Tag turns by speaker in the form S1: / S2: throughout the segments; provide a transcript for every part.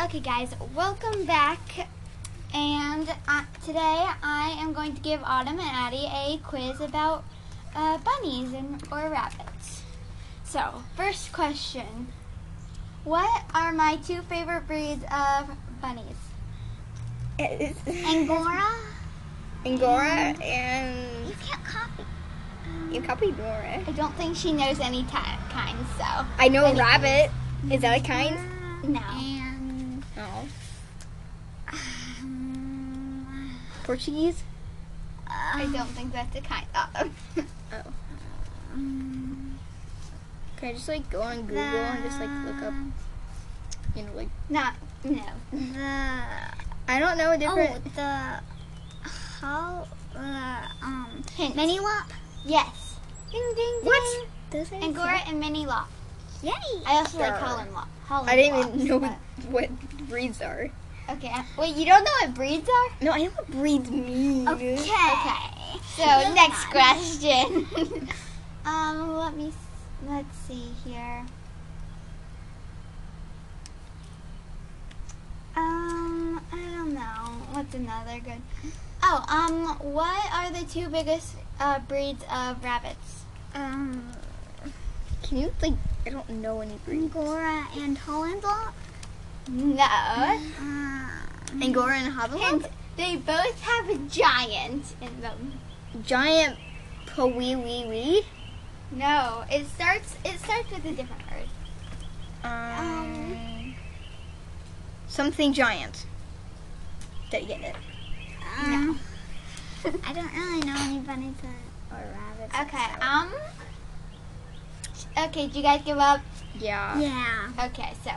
S1: Okay, guys, welcome back. And uh, today I am going to give Autumn and Addie a quiz about uh, bunnies and or rabbits. So, first question: What are my two favorite breeds of bunnies? Angora.
S2: Angora and
S1: You can't copy.
S2: you copied Nora.
S1: I don't think she knows any ti- kinds. So.
S2: I know a rabbit. Is that a kind?
S1: No.
S2: No.
S1: Um,
S2: Portuguese?
S1: I don't think that's a kind. Oh.
S2: Oh.
S1: Um,
S2: Can I just like go on Google and just like look up, you know, like
S1: Not no. The
S2: I don't know a different.
S1: oh the how the um mini lop. Yes. Ding ding ding.
S2: What? Those are
S1: Angora and mini lop.
S2: Yay!
S1: I also like Holland lop. Holland
S2: I didn't even
S1: lops,
S2: know
S1: but-
S2: what breeds are.
S1: Okay. I- Wait, you don't know what breeds are?
S2: No, I know what breeds mean.
S1: Okay. So
S2: Moving
S1: next
S2: on.
S1: question. um, let me s- let's see here. Um, I don't know. What's another good? Oh, um, what are the two biggest uh, breeds of rabbits?
S2: Um, can you like? I don't know any breeds.
S1: Angora and Holland Lop.
S3: Uh,
S1: No.
S2: Angora and
S1: And
S2: Hobgoblin.
S1: they both have a giant in them.
S2: Giant po wee wee wee.
S1: No, it starts. It starts with a different word.
S2: Um, something giant. Did you get it?
S1: Um,
S3: Uh, I don't really know any bunnies that, or rabbits. that
S1: Okay.
S3: sound-
S1: Um. Okay. Do you guys give up?
S2: Yeah.
S3: yeah.
S1: Okay. So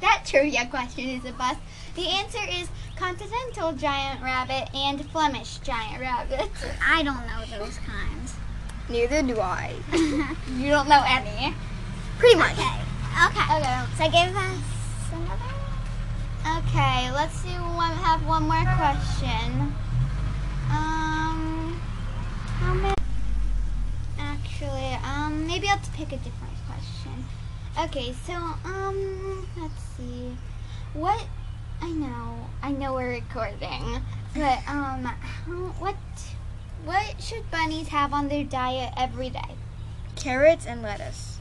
S1: that trivia question is a bust. The answer is continental giant rabbit and Flemish giant rabbit.
S3: I don't know those kinds.
S2: Neither do I.
S1: You don't know any.
S2: Pretty much.
S3: Okay.
S1: Okay. um,
S3: So give us another one.
S1: Okay. Let's do one. Have one more question. Um. How many? Actually, um, maybe I'll have to pick a different question. Okay, so um, let's see. What I know, I know we're recording, but um, how- what what should bunnies have on their diet every day?
S2: Carrots and lettuce.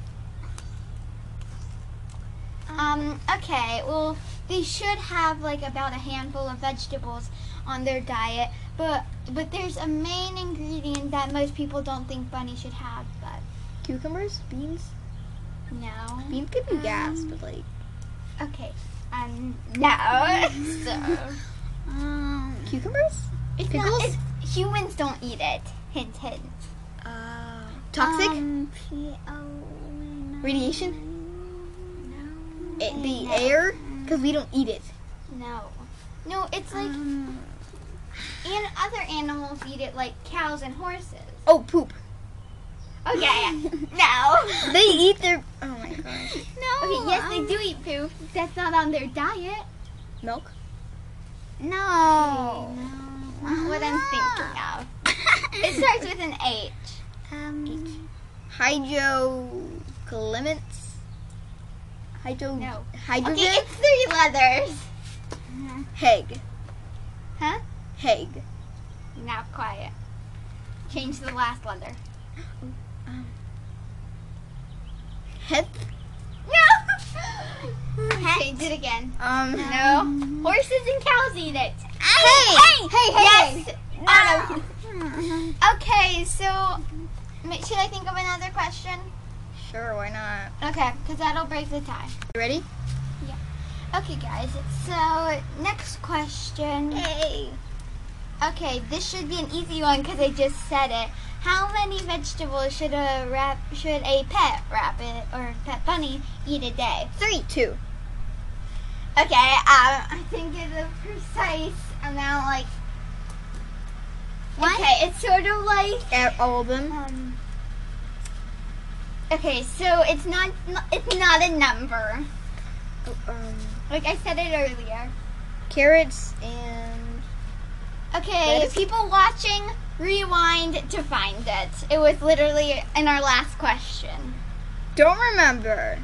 S1: Um, okay, well, they should have like about a handful of vegetables on their diet, but but there's a main ingredient that most people don't think bunnies should have, but
S2: Cucumbers, beans.
S1: no.
S2: Beans could be gas, but like
S1: Okay. Um. No. so.
S3: Um,
S2: cucumbers.
S1: It's
S2: Pickles?
S1: not. It's, humans don't eat it. Hint, hint.
S2: Uh, toxic.
S3: Um, P O N I-
S2: Radiation?
S3: No.
S2: it, the air, because we don't eat it.
S1: No. No. It's like
S3: Um,
S1: and other animals eat it, like cows and horses.
S2: Oh, poop.
S1: Okay. no.
S2: They eat their. Oh my gosh.
S1: No. Okay. Yes, they do eat poop. That's not on their diet.
S2: Milk.
S1: No.
S3: no.
S1: Not what I'm thinking of. It starts with an H.
S3: um,
S2: Hydrogliments. Hydro.
S1: No.
S2: Hydrogen.
S1: Okay, it's three letters.
S2: Heg.
S1: Huh?
S2: Heg.
S1: Now quiet. Change the last letter.
S2: Hep.
S1: No. Change it again.
S2: Um.
S1: No. Horses and cows eat it. Hey!
S2: Hey!
S1: Hey! Yes. Autumn. Okay. So, ma- should I think of another question?
S2: Sure, why not?
S1: Okay, because that'll break the tie.
S2: You ready?
S1: Okay, guys. So next question.
S2: Hey!
S1: Okay, this should be an easy one because I just said it. How many vegetables should a rap should a pet rabbit or pet bunny eat a day?
S2: Three, two.
S1: Okay, um, I think it's a precise amount, like. Okay, it's sort of like.
S2: At all of them.
S1: Um, okay, so it's not it's not a number. Oh,
S2: Um,
S1: Like I said it earlier.
S2: carrots and
S1: Okay,
S2: Lettuce?
S1: people watching, rewind to find it. It was literally in our last question.
S2: don't remember.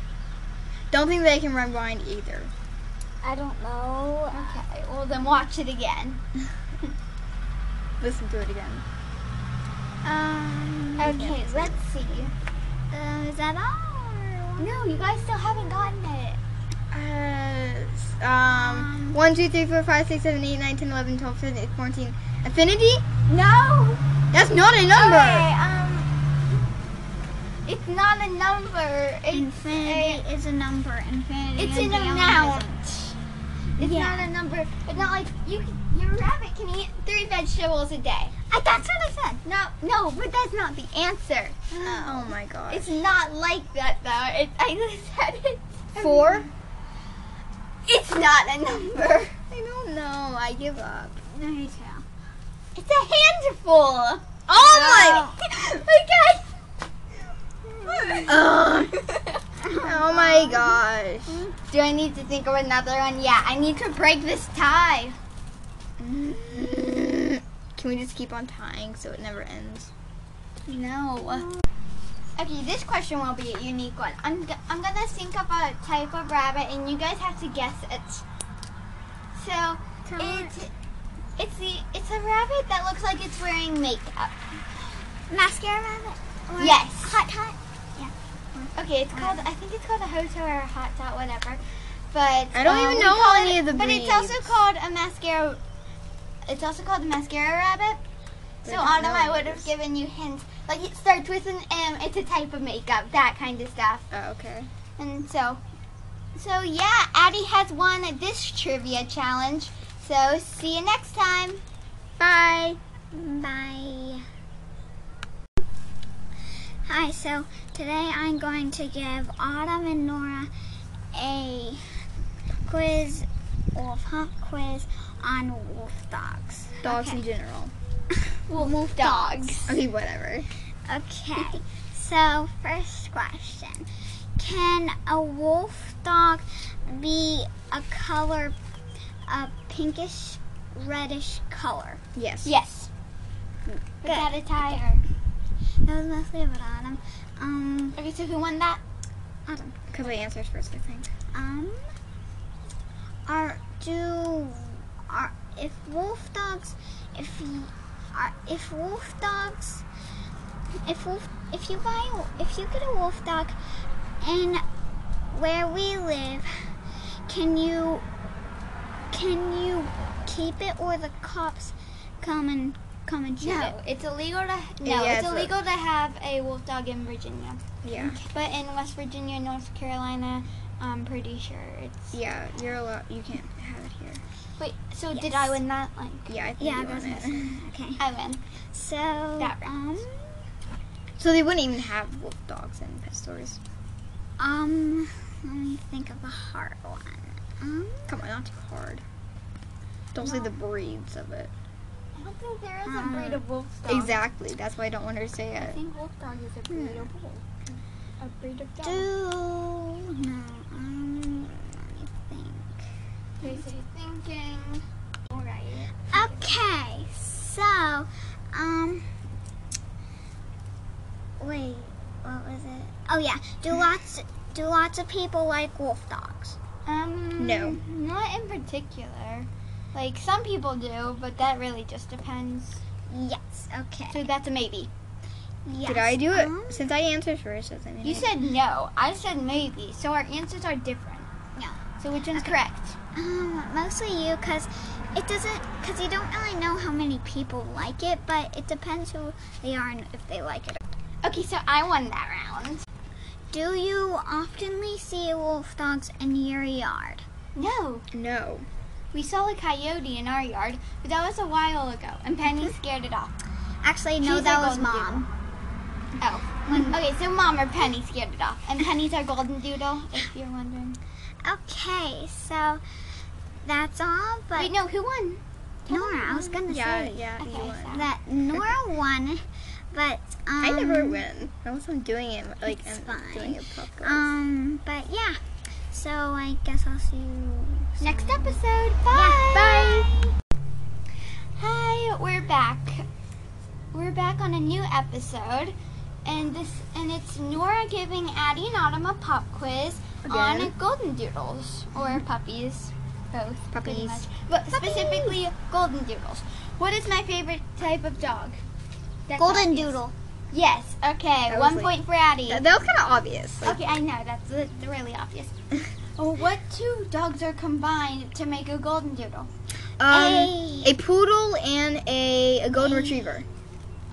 S2: Don't think they can rewind either.
S3: I don't know.
S1: Okay, well then watch it again.
S2: Listen to it again.
S1: Um, okay, let's see.
S3: Uh, is that all?
S1: No, you guys still haven't gotten it.
S2: Uh, um, 1, 2, 3, 4, 5, 6, 7, 8, 9, 10, 11, 12, 13, 14. Affinity?
S1: No!
S2: That's not a number!
S1: Okay, um, it's not a number. It's a,
S3: Infinity is a number. Infinity.
S1: it's
S3: and
S1: an
S3: beyond
S1: amount.
S3: is
S1: It's
S3: Yeah.
S1: not a number. It's not like you. Can, your rabbit can eat three vegetables a day.
S3: a- I, that's what I said.
S1: No, no, but that's not the answer. Um,
S2: Oh my god.
S1: It's not like that though. It, I just said it.
S2: Four?
S1: It's not a number.
S2: I don't know. I give up.
S3: Me too.
S1: It's a handful. Oh my! my God.
S2: Oh my gosh.
S1: Do I need to think of another one? Yeah, I need to break this tie.
S2: Can we just keep on tying so it never ends?
S1: No. Okay, this question will be a unique one. I'm, g- I'm gonna think of a type of rabbit and you guys have to guess it. So, it, it's, the, it's a rabbit that looks like it's wearing makeup.
S3: Mascara rabbit. Or
S1: Yes.
S3: Hot hot.
S1: Okay, it's called, I think it's called a hotel or a hot dot, whatever. But
S2: I don't
S1: um,
S2: even
S1: we
S2: know
S1: call
S2: any
S1: it-
S2: of the
S1: But it's also called a mascara. It's also called a mascara rabbit.
S2: But
S1: So
S2: I
S1: Autumn,
S2: don't know
S1: I would have
S2: this.
S1: given you hints. Like it starts with an M. It's a type of makeup, that kind of stuff.
S2: Oh, okay.
S1: And so, so yeah, Addie has won this trivia challenge. So see you next time.
S2: Bye.
S3: Bye. Hi, so today I'm going to give Autumn and Nora a quiz, wolf hunt quiz on wolf dogs.
S2: Dogs in general.
S1: We'll move dogs.
S2: Okay, whatever.
S3: Okay, so first question Can a wolf dog be a color, a pinkish, reddish color?
S2: Yes.
S1: Yes. Without a tie.
S3: That was mostly about Autumn. Um,
S1: Okay, so who won that?
S3: Autumn.
S2: Because I answered first, I think.
S3: Um, are do are if wolf dogs if y- are if wolf dogs if wolf if you buy a- if you get a wolf dog in where we live, can you can you keep it or the cops come and come and shoot it?
S1: No, it's illegal to no,
S2: Yeah,
S1: it's
S2: it's a-
S1: illegal to have a wolf dog in Virginia,
S2: Yeah.
S1: but in West Virginia, and North Carolina, I'm pretty sure it's.
S2: Yeah, you're allowed. You can't have it here.
S1: Wait, so did
S3: Yes.
S1: I win that? Like
S2: Yeah, I think
S3: Yeah,
S2: you
S3: that's
S2: own it.
S3: okay.
S1: I win.
S3: So
S1: That
S3: um
S2: So they wouldn't even have wolf dogs in pet stores.
S3: um let me think of a hard one. Um.
S2: Come on, not too hard. Don't say the breeds of it.
S1: I don't think there is
S3: a breed
S1: of wolf
S2: Exactly. That's why I don't want her to say it.
S1: think wolf dog is a breed of wolf. A breed of
S3: do no. Um, let me
S1: thinking. All right.
S3: think. Okay, so um, wait, what was it? Oh yeah, do lots do lots of people like wolf dogs?
S1: Um.
S2: No.
S1: Not in particular. Like some people do, but that really just depends.
S3: Yes. Okay.
S1: So that's a maybe.
S3: Yes.
S2: Did I do it?
S3: um,
S2: Since I answered first, doesn't mean
S1: You
S2: I-
S1: said no. I said maybe. So our answers are different.
S3: Yeah.
S1: So which one's correct?
S3: Um, mostly you, cause it doesn't, cause you don't really know how many people like it, but it depends who they are and if they like it.
S1: Okay, so I won that round.
S3: Do you oftenly see wolf dogs in your yard?
S1: No,
S2: no.
S1: we saw a coyote in our yard, but that was a while ago, and Penny scared it off.
S3: Actually, Hmm? no,
S1: She's
S3: that
S1: our
S3: was
S1: golden
S3: mom. Hmm.
S1: Oh, okay, so Mom or Penny scared it off, and Penny's our golden doodle, if you're wondering.
S3: Okay, so that's all. But
S1: Wait, no, who won?
S3: Nora, I was gonna
S2: Yeah,
S3: say
S2: yeah, you
S1: Okay,
S2: won.
S1: so-
S3: that Nora won, but um,
S2: I never win. Unless I'm doing it like
S3: it's
S2: I'm
S3: fine.
S2: doing it properly.
S3: Um, but yeah. So I guess I'll see you.
S1: Next episode.
S3: Yeah,
S1: Bye.
S3: bye.
S1: Hi, we're back. We're back on a new episode, and this and it's Nora giving Addie and Autumn a pop quiz on
S2: Again. Mm-hmm.
S1: golden doodles or puppies. both pretty
S2: Puppies.
S1: much. But specifically golden doodles. What is my favorite type of dog? That's
S3: Golden
S1: obvious.
S3: doodle.
S1: Yes. Okay.
S2: That was
S1: One
S2: like-
S1: point for Addie.
S2: That, that was kind of obvious. Like,
S1: Okay, I know that's that's really obvious. Oh, what two dogs are combined to make a golden doodle?
S2: um,
S3: A-
S2: a poodle and a, a golden retriever.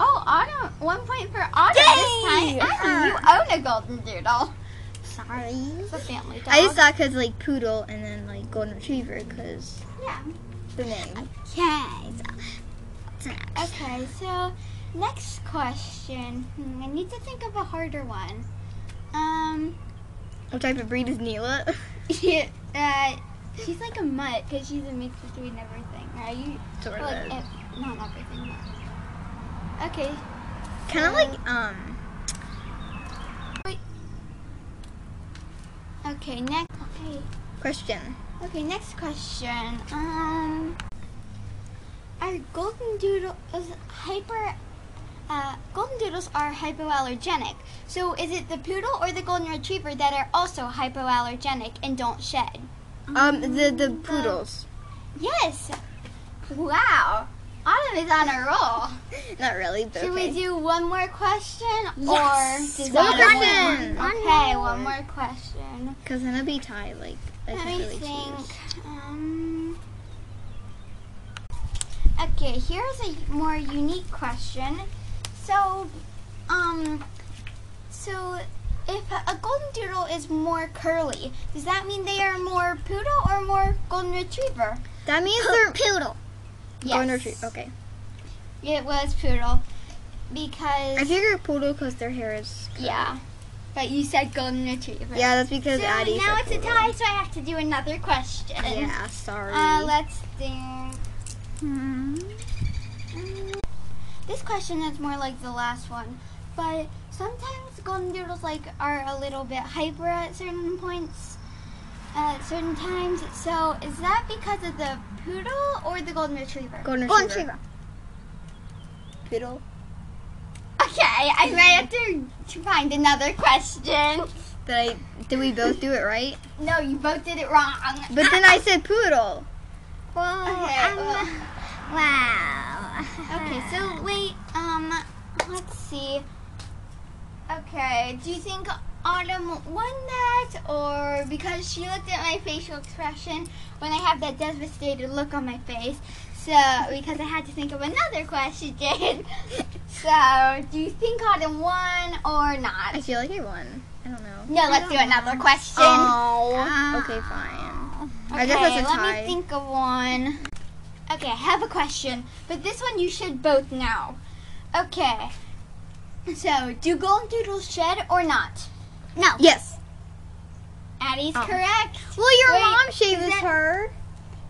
S1: Oh, Autumn. One point for Autumn
S2: Yay!
S1: this time. Autumn, you own a golden doodle.
S3: Sorry.
S1: It's a family dog.
S2: I just thought because like poodle and then like golden retriever because
S1: yeah.
S2: the name.
S3: Okay. so-
S1: Okay, so next question. Hmm, I need to think of a harder one. Um,
S2: What type of breed is Neela?
S1: yeah, uh, she's like a mutt because she's a mix between everything, right? You,
S2: sort
S1: like,
S2: of.
S1: ev- not everything. But. Okay.
S2: Kind of like um.
S1: Okay. Next. Okay.
S2: Question.
S1: Okay, next question. Um, are golden doodles hyper? Uh, golden doodles are hypoallergenic. So, is it the poodle or the golden retriever that are also hypoallergenic and don't shed?
S2: Um, the the poodles.
S1: Yes. Wow. Autumn is on a roll.
S2: Not really, but
S1: Should
S2: okay.
S1: we do one more question
S2: Yes.
S1: or does
S2: One
S1: Autumn
S2: more
S1: win?
S2: question.
S1: Okay, one more question.
S2: Because then it'll be tied. Like,
S1: Let
S2: like it's
S1: me
S2: really
S1: think.
S2: close.
S1: Um, okay, here's a more unique question. So, um, so if a golden doodle is more curly, does that mean they are more poodle or more golden retriever?
S2: That means
S3: Po-
S2: they're
S3: poodle.
S2: golden retriever. Okay.
S1: It was poodle because
S2: I figure poodle because their hair is.
S1: yeah, but you said golden retriever.
S2: Yeah, that's because
S1: So
S2: Addie
S1: now
S2: said
S1: it's a
S2: poodle.
S1: tie, so I have to do another question.
S2: Yeah, sorry.
S1: Uh, let's think. Hmm. Mm. This question is more like the last one, but sometimes golden doodles like are a little bit hyper at certain points, uh, at certain times. So is that because of the poodle or the golden retriever?
S2: golden
S3: Golden
S2: retriever.
S3: retriever.
S2: Poodle.
S1: okay, I might have to to find another question.
S2: Did I? Did we both do it right?
S1: No, you both did it wrong.
S2: But then I said poodle.
S3: Well,
S1: Okay,
S3: Oh,
S2: um,
S3: I'm-
S1: well.
S3: wow.
S1: Okay, so wait, um, let's see. Okay, do you think Autumn won that, or because she looked at my facial expression when I have that devastated look on my face? So, because I had to think of another question. so, do you think Autumn won or
S2: I
S1: not?
S2: feel like I won. I don't know.
S1: No, let's do another question.
S2: Oh. Okay, fine. I guess that's a
S1: let
S2: tie.
S1: me think of one. Okay, I have a question, but this one you should both know. Okay. So, do golden doodles shed or not?
S3: No.
S2: Yes.
S1: Addie's
S2: Oh.
S1: correct.
S2: Well, your
S1: Wait,
S2: mom
S1: is
S2: shaves
S1: that-
S2: her. Oh.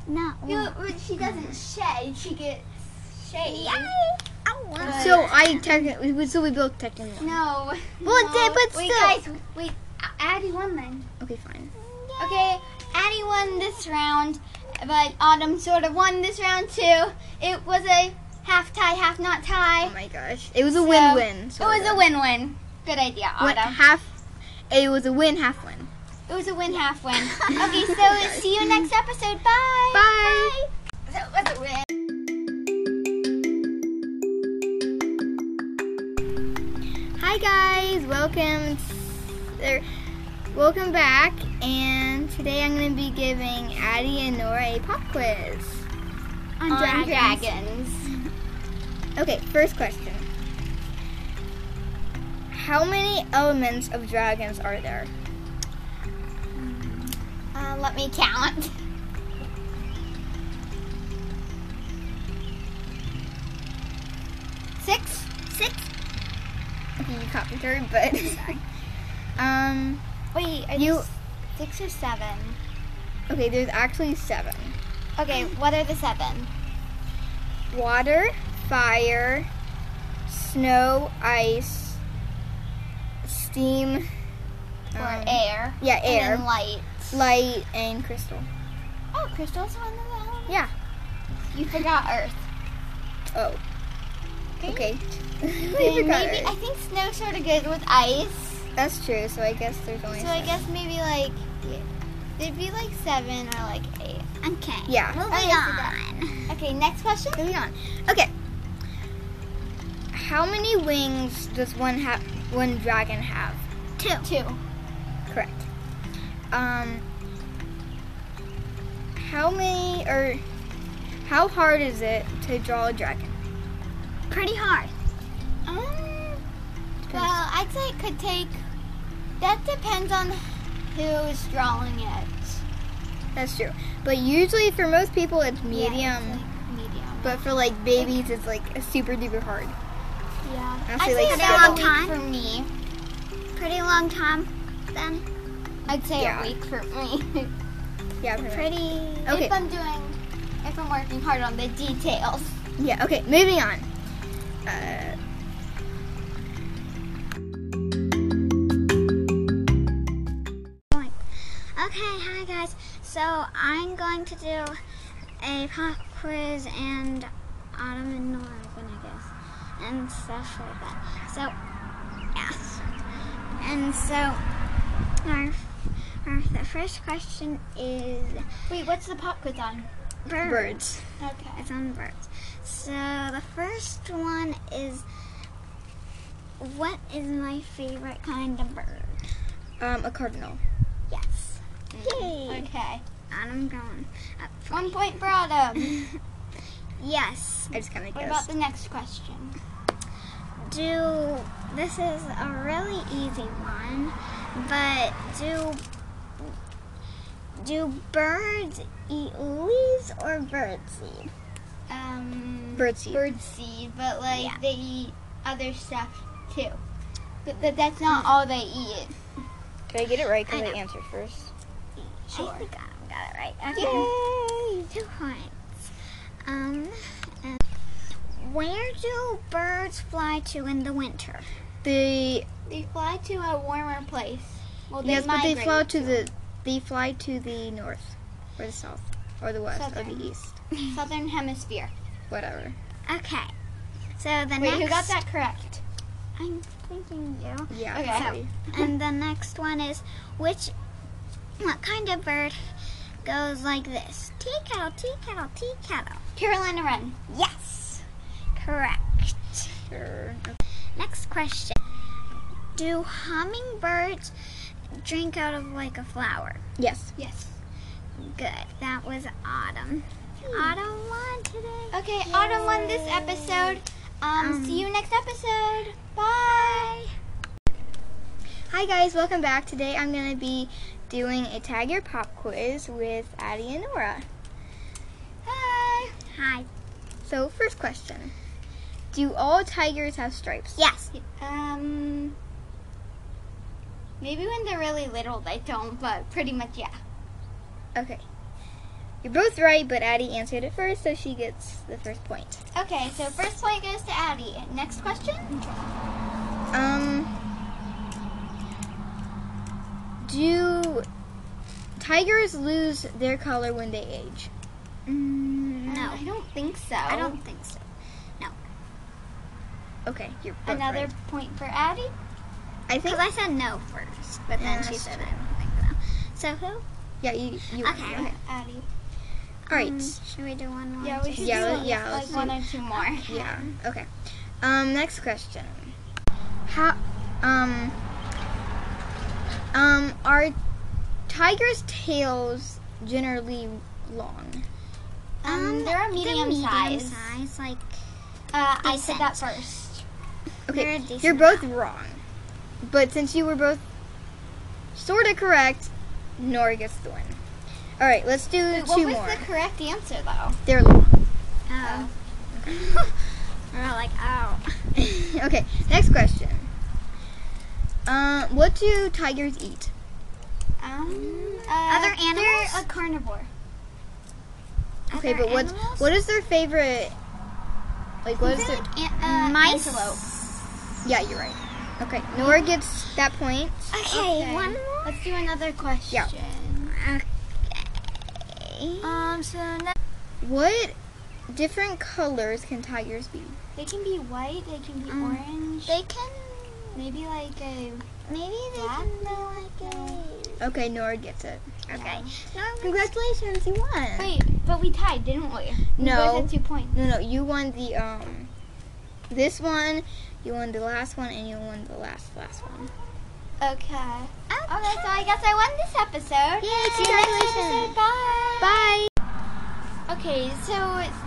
S3: No.
S1: You, but she doesn't shed. She gets shaved.
S3: I want
S1: Good.
S2: So I technically, so we both technically. won.
S1: No.
S2: Well, it
S1: no.
S2: did, but
S1: wait,
S2: still.
S1: guys, wait. A- Addie won then.
S2: Okay, fine.
S1: Okay, Addie won this round, but Autumn sort of won this round too. It was a half tie, half not tie.
S2: Oh my gosh, it was a
S1: So,
S2: win-win.
S1: It was a win-win. Good idea,
S2: Oh What
S1: Autumn.
S2: half? It was a win, half win.
S1: It was a win, half win. okay, so see you next episode. Bye.
S2: Bye.
S1: That was a win.
S2: Hi guys, welcome. There, welcome back. And today I'm going to be giving Addie and Nora a pop quiz.
S1: On,
S2: dragons.
S1: dragons.
S2: Okay, first question. How many elements of dragons are there?
S1: Uh, let me count. Six. Six.
S2: Okay, you caught me third, but um,
S1: Wait, are
S2: You-
S1: you six or seven?
S2: okay, there's actually seven:
S1: Okay, what are the seven?
S2: water, fire, snow, ice, steam,
S1: or
S2: um,
S1: air.
S2: yeah, air,
S1: And then light.
S2: light, and crystal.
S1: Oh, crystals one of them.
S2: Yeah.
S1: You forgot Earth.
S2: Oh.
S1: Okay,
S2: Okay. we
S1: maybe
S2: forgot
S1: I
S2: it.
S1: think snow sort of good with ice.
S2: That's true. So I guess there's only.
S1: So I
S2: seven.
S1: guess maybe like there'd be like seven or like eight.
S3: Okay.
S2: Yeah.
S3: Moving
S1: Okay, so
S3: on.
S1: Okay, next question.
S2: Moving on. Okay. How many wings does one have? One dragon have?
S3: Two.
S1: Two.
S2: Correct. Um. How many or how hard is it to draw a dragon?
S3: Pretty hard.
S1: Um, well, I'd say it could take. That depends on who's drawing it.
S2: That's true. But usually for most people it's
S1: Yeah,
S2: medium.
S1: it's like medium.
S2: but for like babies it's like a super duper hard.
S1: Yeah.
S2: I'd
S1: I'd
S2: say,
S1: say
S2: like,
S1: about a
S3: seven.
S1: week for me.
S3: Pretty long time then.
S1: I'd say
S2: Yeah.
S1: a week for me.
S2: Yeah. pretty much.
S3: Pretty.
S2: Okay.
S1: if I'm doing, if I'm working hard on the details.
S2: Yeah, okay, moving on. Uh,
S3: Okay, hi guys. So I'm going to do a pop quiz and Autumn and Nora are gonna guess and stuff like that. So yes. And so our, our the first question is
S1: Wait, what's the pop quiz on?
S3: birds.
S2: birds.
S1: Okay.
S3: It's on birds. So the first one is what is my favorite kind of bird?
S2: Um, a cardinal.
S3: Yes. Yay.
S1: Mm-hmm. Okay.
S3: Autumn going up for
S1: One point for Autumn.
S3: Yes.
S2: I just kind of
S1: What about
S2: guessed.
S1: the next question?
S3: Do this is a really easy one, but do do birds eat leaves or birdseed?
S1: Um,
S2: Bird seed.
S1: Bird seed, but like
S3: Yeah.
S1: they eat other stuff too. But th- that's not all they eat.
S2: Did I get it right?
S3: I know.
S2: answered first.
S3: I
S1: Sure.
S3: think I got it right. Okay.
S2: Yay!
S3: Two points. Um, and where do birds fly to in the winter?
S2: They
S1: They fly to a warmer place. Well, they
S2: yes, but
S1: migrate.
S2: they fly to the they fly to the north, or the south, or the west, or
S1: Southern.
S2: the east,
S1: southern hemisphere.
S2: whatever.
S3: Okay. So the
S1: Wait,
S3: next.
S1: who got that correct?
S3: I'm thinking you.
S2: Yeah.
S1: Okay.
S2: probably.
S3: And the next one is which what kind of bird goes like this? Tea kettle, tea kettle, tea kettle.
S1: Carolina Wren.
S3: Yes. Correct.
S2: Sure.
S3: Next question. Do hummingbirds drink out of like a flower?
S2: Yes.
S1: Yes.
S3: Good. That was autumn. Autumn one today.
S1: Hmm. Okay, Autumn won this episode. Um,
S3: Um,
S1: see you next episode. Bye.
S2: Hi guys, welcome back. Today I'm gonna be doing a tag your pop quiz with Addie and Nora.
S3: Hi. Hi.
S2: So first question: Do all tigers have stripes?
S3: Yes.
S1: Um, maybe when they're really little they don't, but pretty much yeah.
S2: Okay. You're both right, but Addie answered it first, so she gets the first point.
S1: Okay, so first point goes to Addie. Next question?
S2: Um. Do tigers lose their color when they age?
S3: Mm, no.
S1: I don't think so.
S3: I don't think so.
S2: Oh. Okay, you're both
S1: Another
S2: right.
S1: point for Addie.
S2: I think.
S3: Because I said no first, but
S2: Yeah,
S3: then she
S2: that's
S3: said
S2: true.
S3: I don't think so. So who?
S2: Yeah, you. you
S3: Okay.
S2: All
S1: Addie.
S2: right.
S3: Um, should we do one more?
S1: Yeah, we should
S2: Yeah,
S1: do
S2: yeah,
S1: like
S2: let's
S1: one or two more.
S2: Yeah. Okay. Um. Next question. How? Um. Um. Are tigers' tails generally long?
S1: Um, they're a
S3: they're
S1: medium, size.
S3: size, like
S1: Uh, I
S3: Decent.
S1: said that first.
S2: Okay,
S3: They're a
S2: you're
S3: decent
S2: both wrong. But since you were both sort of correct, Nora gets the win. All right, let's do
S1: Wait, what
S2: two
S1: was
S2: more.
S1: the correct answer though?
S2: They're long.
S3: oh. We're all like oh.
S2: okay, next question. Um, what do tigers eat?
S1: Um, uh,
S3: Other animals?
S1: They're a carnivore.
S2: Okay,
S3: Other
S2: but what's
S3: animals?
S2: what is their favorite? Like what is
S1: They're
S2: their?
S1: like an- uh,
S3: Mm, mice?
S1: antelope.
S2: Yeah, you're right. Okay, Nora gets that point.
S3: Okay, one more.
S1: Let's do another question.
S3: Okay.
S1: Um, so next,
S2: What different colors can tigers be?
S1: they can be white, they can be
S3: Um,
S1: orange,
S3: They can
S1: maybe like a
S3: maybe they
S1: Black?
S3: can be like a
S2: Okay, Nora gets it.
S3: Okay.
S2: Um, Congratulations, you won.
S1: Wait, but we tied, didn't we? We
S2: No.
S1: both had two points.
S2: No, no, you won the um, this one, you won the last one, and you won the last last one.
S1: Okay. Okay, so I guess I won this episode.
S2: Yay,
S1: See you next episode.
S2: congratulations.
S1: Bye.
S2: Bye.
S1: Okay, so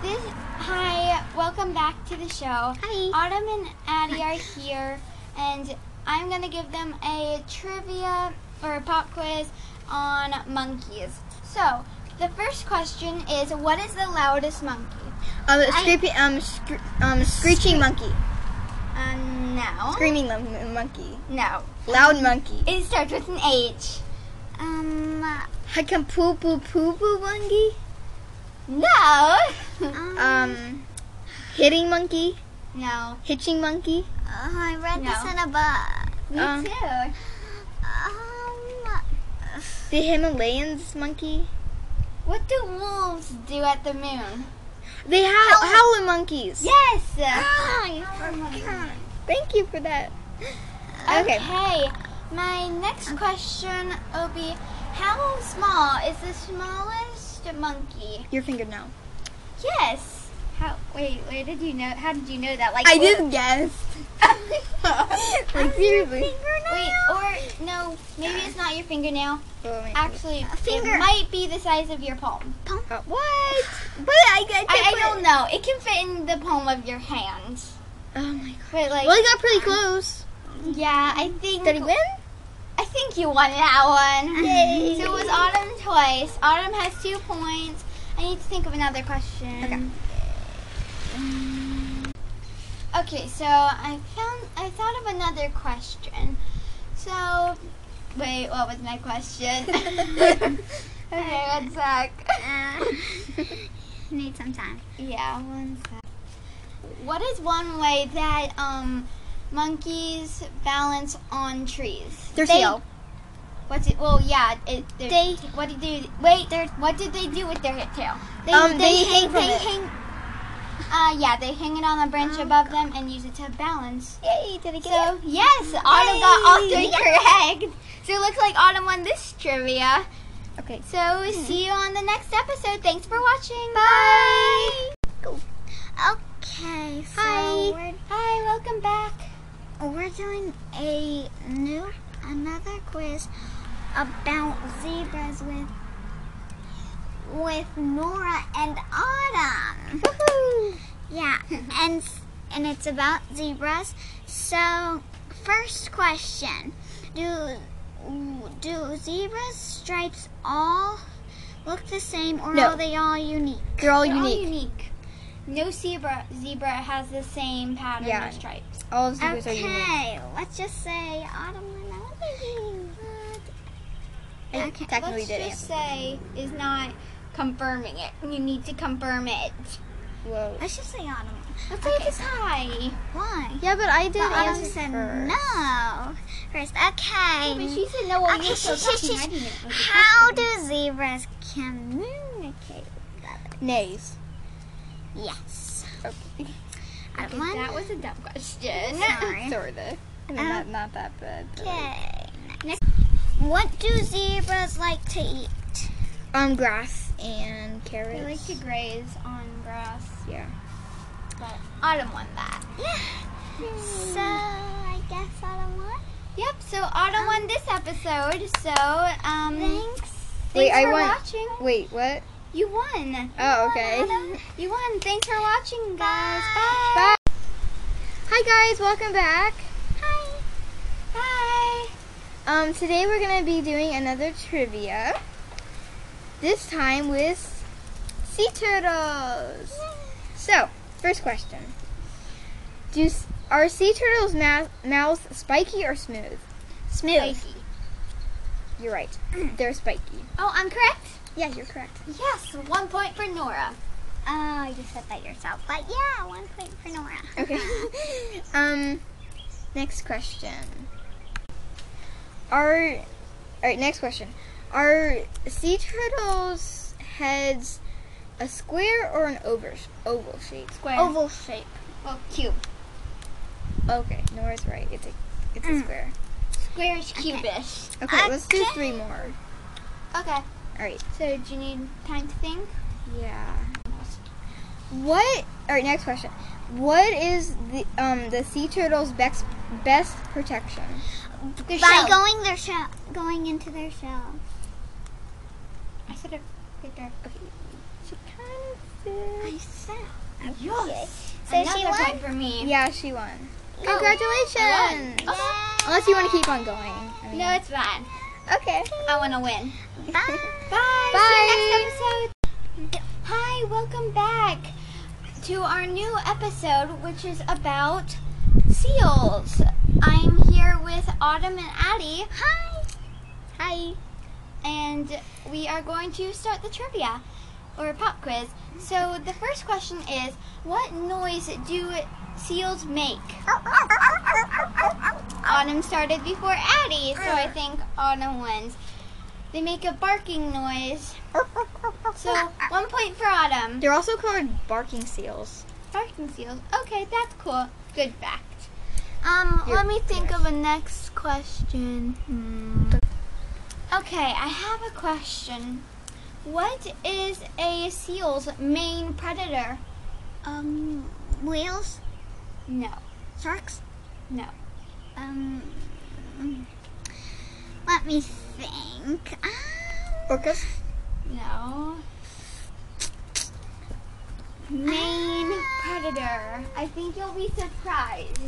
S1: this hi, welcome back to the show.
S2: Hi.
S1: Autumn and Addie are here, and I'm gonna give them a trivia or a pop quiz on monkeys. So the first question is, what is the loudest monkey?
S2: Um, screepy, um, scr- um, screeching monkey,
S1: Um, no.
S2: screaming mon- monkey,
S1: No.
S2: loud monkey.
S1: It starts with an H. Um,
S2: I can poo poo poo poo monkey.
S1: no.
S2: Um, hitting monkey,
S1: no.
S2: hitching monkey.
S3: Uh, I read this
S1: No.
S3: in a book.
S1: Me
S2: Um,
S1: too.
S3: Um,
S2: The Himalayans monkey.
S1: What do wolves do at the moon?
S2: They howl, howling monkeys.
S1: Yes.
S3: ah,
S2: Thank you for that.
S1: Okay.
S2: Okay.
S1: My next question will be how small is the smallest monkey?
S2: Your finger now.
S1: Yes. How wait, where did you know how did you know that? Like or-
S2: I just guessed. like seriously.
S1: Wait, or no, maybe it's not your fingernail.
S2: Oh, wait.
S1: Actually, it
S3: finger.
S1: might be the size of your palm.
S2: Uh, what? But I, I,
S1: I, I don't know. It can fit in the palm of your hand.
S2: Oh my god.
S1: But like
S2: Well, he got pretty close.
S1: yeah, I think
S2: Did he win?
S1: I think you won that one.
S2: Yay.
S1: So it was Autumn twice. Autumn has two points. I need to think of another question.
S2: Okay.
S1: Mm. Okay, so I found I thought of another question. So wait, what was my question? okay, one sec.
S3: need some time.
S1: Yeah, one sec. What is one way that um monkeys balance on trees?
S2: Their
S1: They-
S2: tail.
S1: What's it? Well, yeah. It, their-
S3: They-
S1: What did they? Wait. Their, what did they do with their hip tail?
S3: They,
S2: Um, they hang from
S3: they
S2: it.
S3: hang.
S1: Uh, yeah. They hang it on a branch
S3: Oh,
S1: above them and use it to balance.
S2: Yay! Did I get
S1: So yes, Autumn got all three
S2: Yay.
S1: correct. So it looks like Autumn won this trivia.
S2: Okay.
S1: So see you on the next episode. Thanks for watching. Bye.
S3: Okay, so
S1: Hi.
S3: we're
S1: Hi. Welcome back.
S3: we're doing a new another quiz about zebras with with Nora and Autumn. Yeah, and s- and it's about zebras. So, first question: Do do zebras' stripes all look the same, or
S2: No.
S3: are they all unique?
S2: They're all
S1: They're
S2: unique.
S1: All unique. No zebra zebra has the same pattern
S2: Yeah.
S1: of stripes.
S2: All of these are unique.
S3: Okay, let's just say Autumn and Autumn.
S2: I
S3: okay,
S2: technically
S1: Let's
S2: did
S1: just
S2: answer.
S1: say is not confirming it. You need to confirm it.
S2: Whoa.
S3: Let's just say Autumn.
S1: Let's say it's a tie.
S3: Why?
S2: Yeah, but I did
S3: But Autumn
S2: answer
S3: said
S2: first.
S3: no first. Okay.
S1: But she said no while
S3: Okay,
S1: you were still
S3: shh,
S1: talking.
S3: shh, shh,
S1: I didn't know the
S3: How do
S1: question.
S3: zebras communicate?
S2: Nays.
S3: Yes.
S2: Okay.
S3: I
S1: Okay, that was a dumb question.
S3: Sorry.
S2: Sort of. I mean,
S3: Um,
S2: not, not that bad. but-
S3: Okay. Next. What do zebras like to eat?
S2: Um, grass and carrots.
S1: They like to graze on grass,
S2: yeah.
S1: but Autumn won that.
S3: Yeah.
S1: Hmm.
S3: So I guess I don't want.
S1: Yep. So Autumn
S3: Um,
S1: won this episode. So um,
S3: Thanks.
S2: Wait,
S1: thanks
S2: I
S1: for
S2: won.
S1: watching.
S2: Wait, what?
S1: You won.
S2: Oh, okay.
S1: You won. Thanks for watching, guys. Bye.
S2: Bye. Hi guys, welcome back.
S1: Hi. Bye.
S2: Um, today we're gonna be doing another trivia. This time with sea turtles. So, first question: Do s- are sea turtles' mou- mouths spiky or smooth?
S1: Smooth.
S2: You're right. They're spiky.
S1: Oh, I'm correct.
S2: Yeah, you're correct.
S1: Yes, one point for Nora.
S3: Oh, you said that yourself. But yeah, one point for Nora.
S2: Okay. um, next question. Are all right. Next question. Are sea turtles' heads a square or an over, oval shape?
S1: Square.
S3: Oval shape.
S1: Well, cube.
S2: Okay, Nora's right. It's a it's a
S3: Mm.
S2: square.
S1: Where's Cubist?
S2: Okay,
S3: I
S2: let's do
S3: can't-
S2: three more.
S1: Okay.
S2: All right.
S1: So do you need time to think?
S2: Yeah. What? All right. Next question. What is the um the sea turtle's best best protection?
S1: Their
S3: By
S1: shell.
S3: going their shell, going into their shell.
S1: I said it right there.
S2: She kind of
S3: I said.
S1: Yes.
S3: So she
S1: Another
S3: won?
S1: point for me.
S2: Yeah, she won.
S1: I won.
S2: Congratulations.
S1: Okay.
S2: Oh, Unless you want to keep on going. I mean-
S1: No, it's fine.
S2: Okay.
S1: I want to win.
S3: Bye.
S1: Bye.
S2: Bye.
S1: See you next episode. Hi, welcome back to our new episode, which is about seals. I'm here with Autumn and Addie. Hi. Hi. And we are going to start the trivia or pop quiz. So the first question is, what noise do seals make? Autumn started before Addie, so
S3: Ah.
S1: I think Autumn wins. They make a barking noise. So one point for Autumn.
S2: They're also called barking seals.
S1: Barking seals. Okay, that's cool. Good fact. Um, let me think of a next question. Hmm. Okay, I have a question. What is a seal's main predator?
S3: Um, whales,
S1: No,
S3: sharks.
S1: no.
S3: Um, let me think. Um,
S2: Orcas.
S1: No. Main predator. I think you'll be surprised.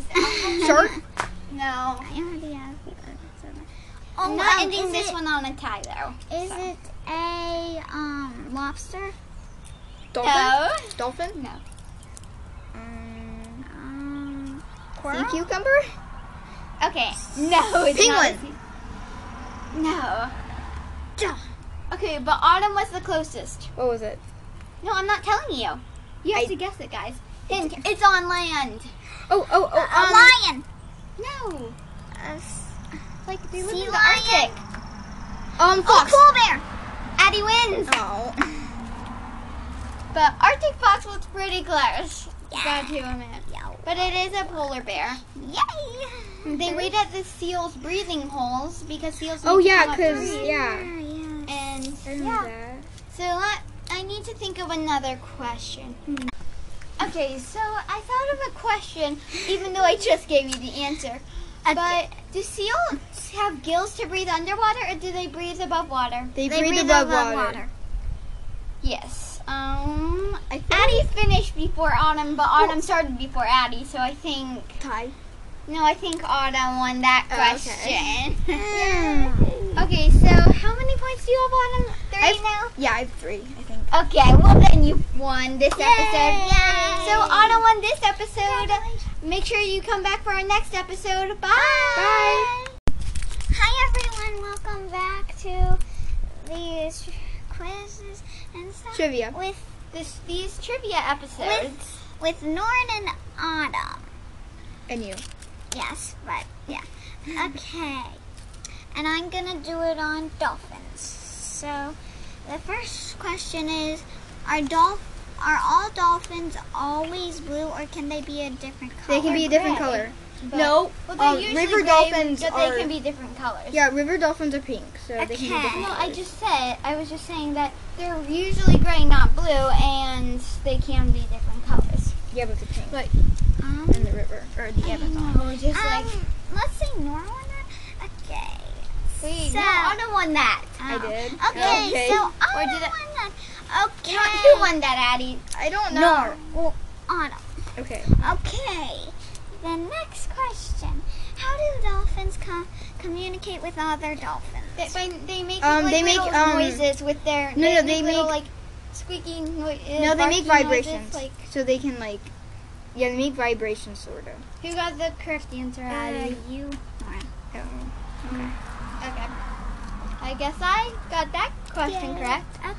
S2: Shark.
S1: No.
S3: um, I already asked that. so-
S1: I'm
S3: Um,
S1: not
S3: um,
S1: ending
S3: is
S1: this
S3: it-
S1: one on a tie, though.
S3: Is it a um lobster?
S2: Dolphin.
S1: No.
S2: Dolphin.
S1: No.
S2: Mm,
S3: Um,
S2: sea
S3: coral?
S2: cucumber.
S1: Okay. No. It's not a
S2: Penguin.
S1: sea- No. Okay, but Autumn was the closest.
S2: What was it?
S1: No, I'm not telling you. You have
S2: I-
S1: to guess it, guys. Hint, it's on land.
S2: Oh, oh, oh.
S3: a
S1: Uh,
S2: um,
S3: lion.
S1: No.
S3: A s-
S1: Like, they live
S3: Sea
S1: in the
S3: lion.
S1: Arctic.
S2: Um,
S3: Oh,
S2: fox.
S3: polar bear.
S1: Addie wins.
S2: Oh.
S1: But Arctic fox was pretty close. Got to admit. But it is a polar bear.
S3: Yay!
S1: They wait at the seals' breathing holes because seals.
S2: Mm-hmm. Oh
S1: need to
S2: yeah,
S1: come up
S2: cause
S1: free.
S2: yeah.
S3: yeah.
S1: And
S2: Yeah.
S1: yeah. So let, I need to think of another question. Hmm. Okay, so I thought of a question, even though I just gave you the answer. But do seals have gills to breathe underwater, or do they breathe above water?
S2: They,
S3: They
S2: breathe,
S3: breathe
S2: above,
S3: above
S2: water.
S3: water.
S1: Yes. Um, Addie finished before Autumn, but Autumn started before Addie, so I think
S2: Tie.
S1: no, I think Autumn won that
S2: Oh,
S1: question.
S2: okay.
S1: okay, so how many points do you have, Autumn? 3
S2: I've-
S1: now.
S2: Yeah, I have three, I think.
S1: Okay, well then you won this episode.
S3: Yay!
S1: So Anna won this episode. Make sure you come back for our next episode. Bye.
S3: Hi everyone, welcome back to these quizzes and stuff
S2: Trivia.
S3: with
S1: This these trivia episodes.
S3: with Norn and Autumn.
S2: And you.
S3: Yes, but yeah. Okay. And I'm gonna do it on dolphins. So the first question is are dolph are all dolphins always blue or can they be a different
S2: They
S3: color?
S2: can be a different
S1: gray.
S2: color.
S1: But-
S2: no.
S1: Well,
S2: uh,
S1: they're usually
S2: river
S1: gray,
S2: dolphins
S1: but
S2: are.
S1: they can be different colors.
S2: yeah, river dolphins are pink, so they can be
S3: Okay.
S2: different.
S1: No, I just said I was just saying that they're usually gray, not blue, and they can be different colors.
S2: Yeah, but the pink.
S3: um,
S2: in the river or the Amazon. Ah,
S1: No, just like
S3: um, let's say Norn on that. Okay.
S1: wait,
S3: so-
S1: no, Anna won that.
S2: I
S3: Oh.
S2: did.
S3: Okay,
S2: Okay.
S3: so
S1: Or
S3: Autumn
S1: did I-
S3: won that. Okay.
S1: No, you won that, Addie.
S2: I don't know.
S3: No. Well, Autumn.
S2: Okay.
S3: Okay, the next question. How do dolphins com- communicate with other dolphins?
S1: They, by, they make
S2: Um,
S1: like,
S2: they make,
S1: little
S2: um,
S1: noises with their
S2: no, no, they
S1: little,
S2: make-
S1: like squeaky uh, noises.
S2: No, they make vibrations,
S1: like
S2: so they can like. Yeah, they make vibrations, sort of.
S1: who got the correct answer, Addie?
S3: you.
S2: Um,
S1: okay, I guess I got that question correct.
S3: Okay.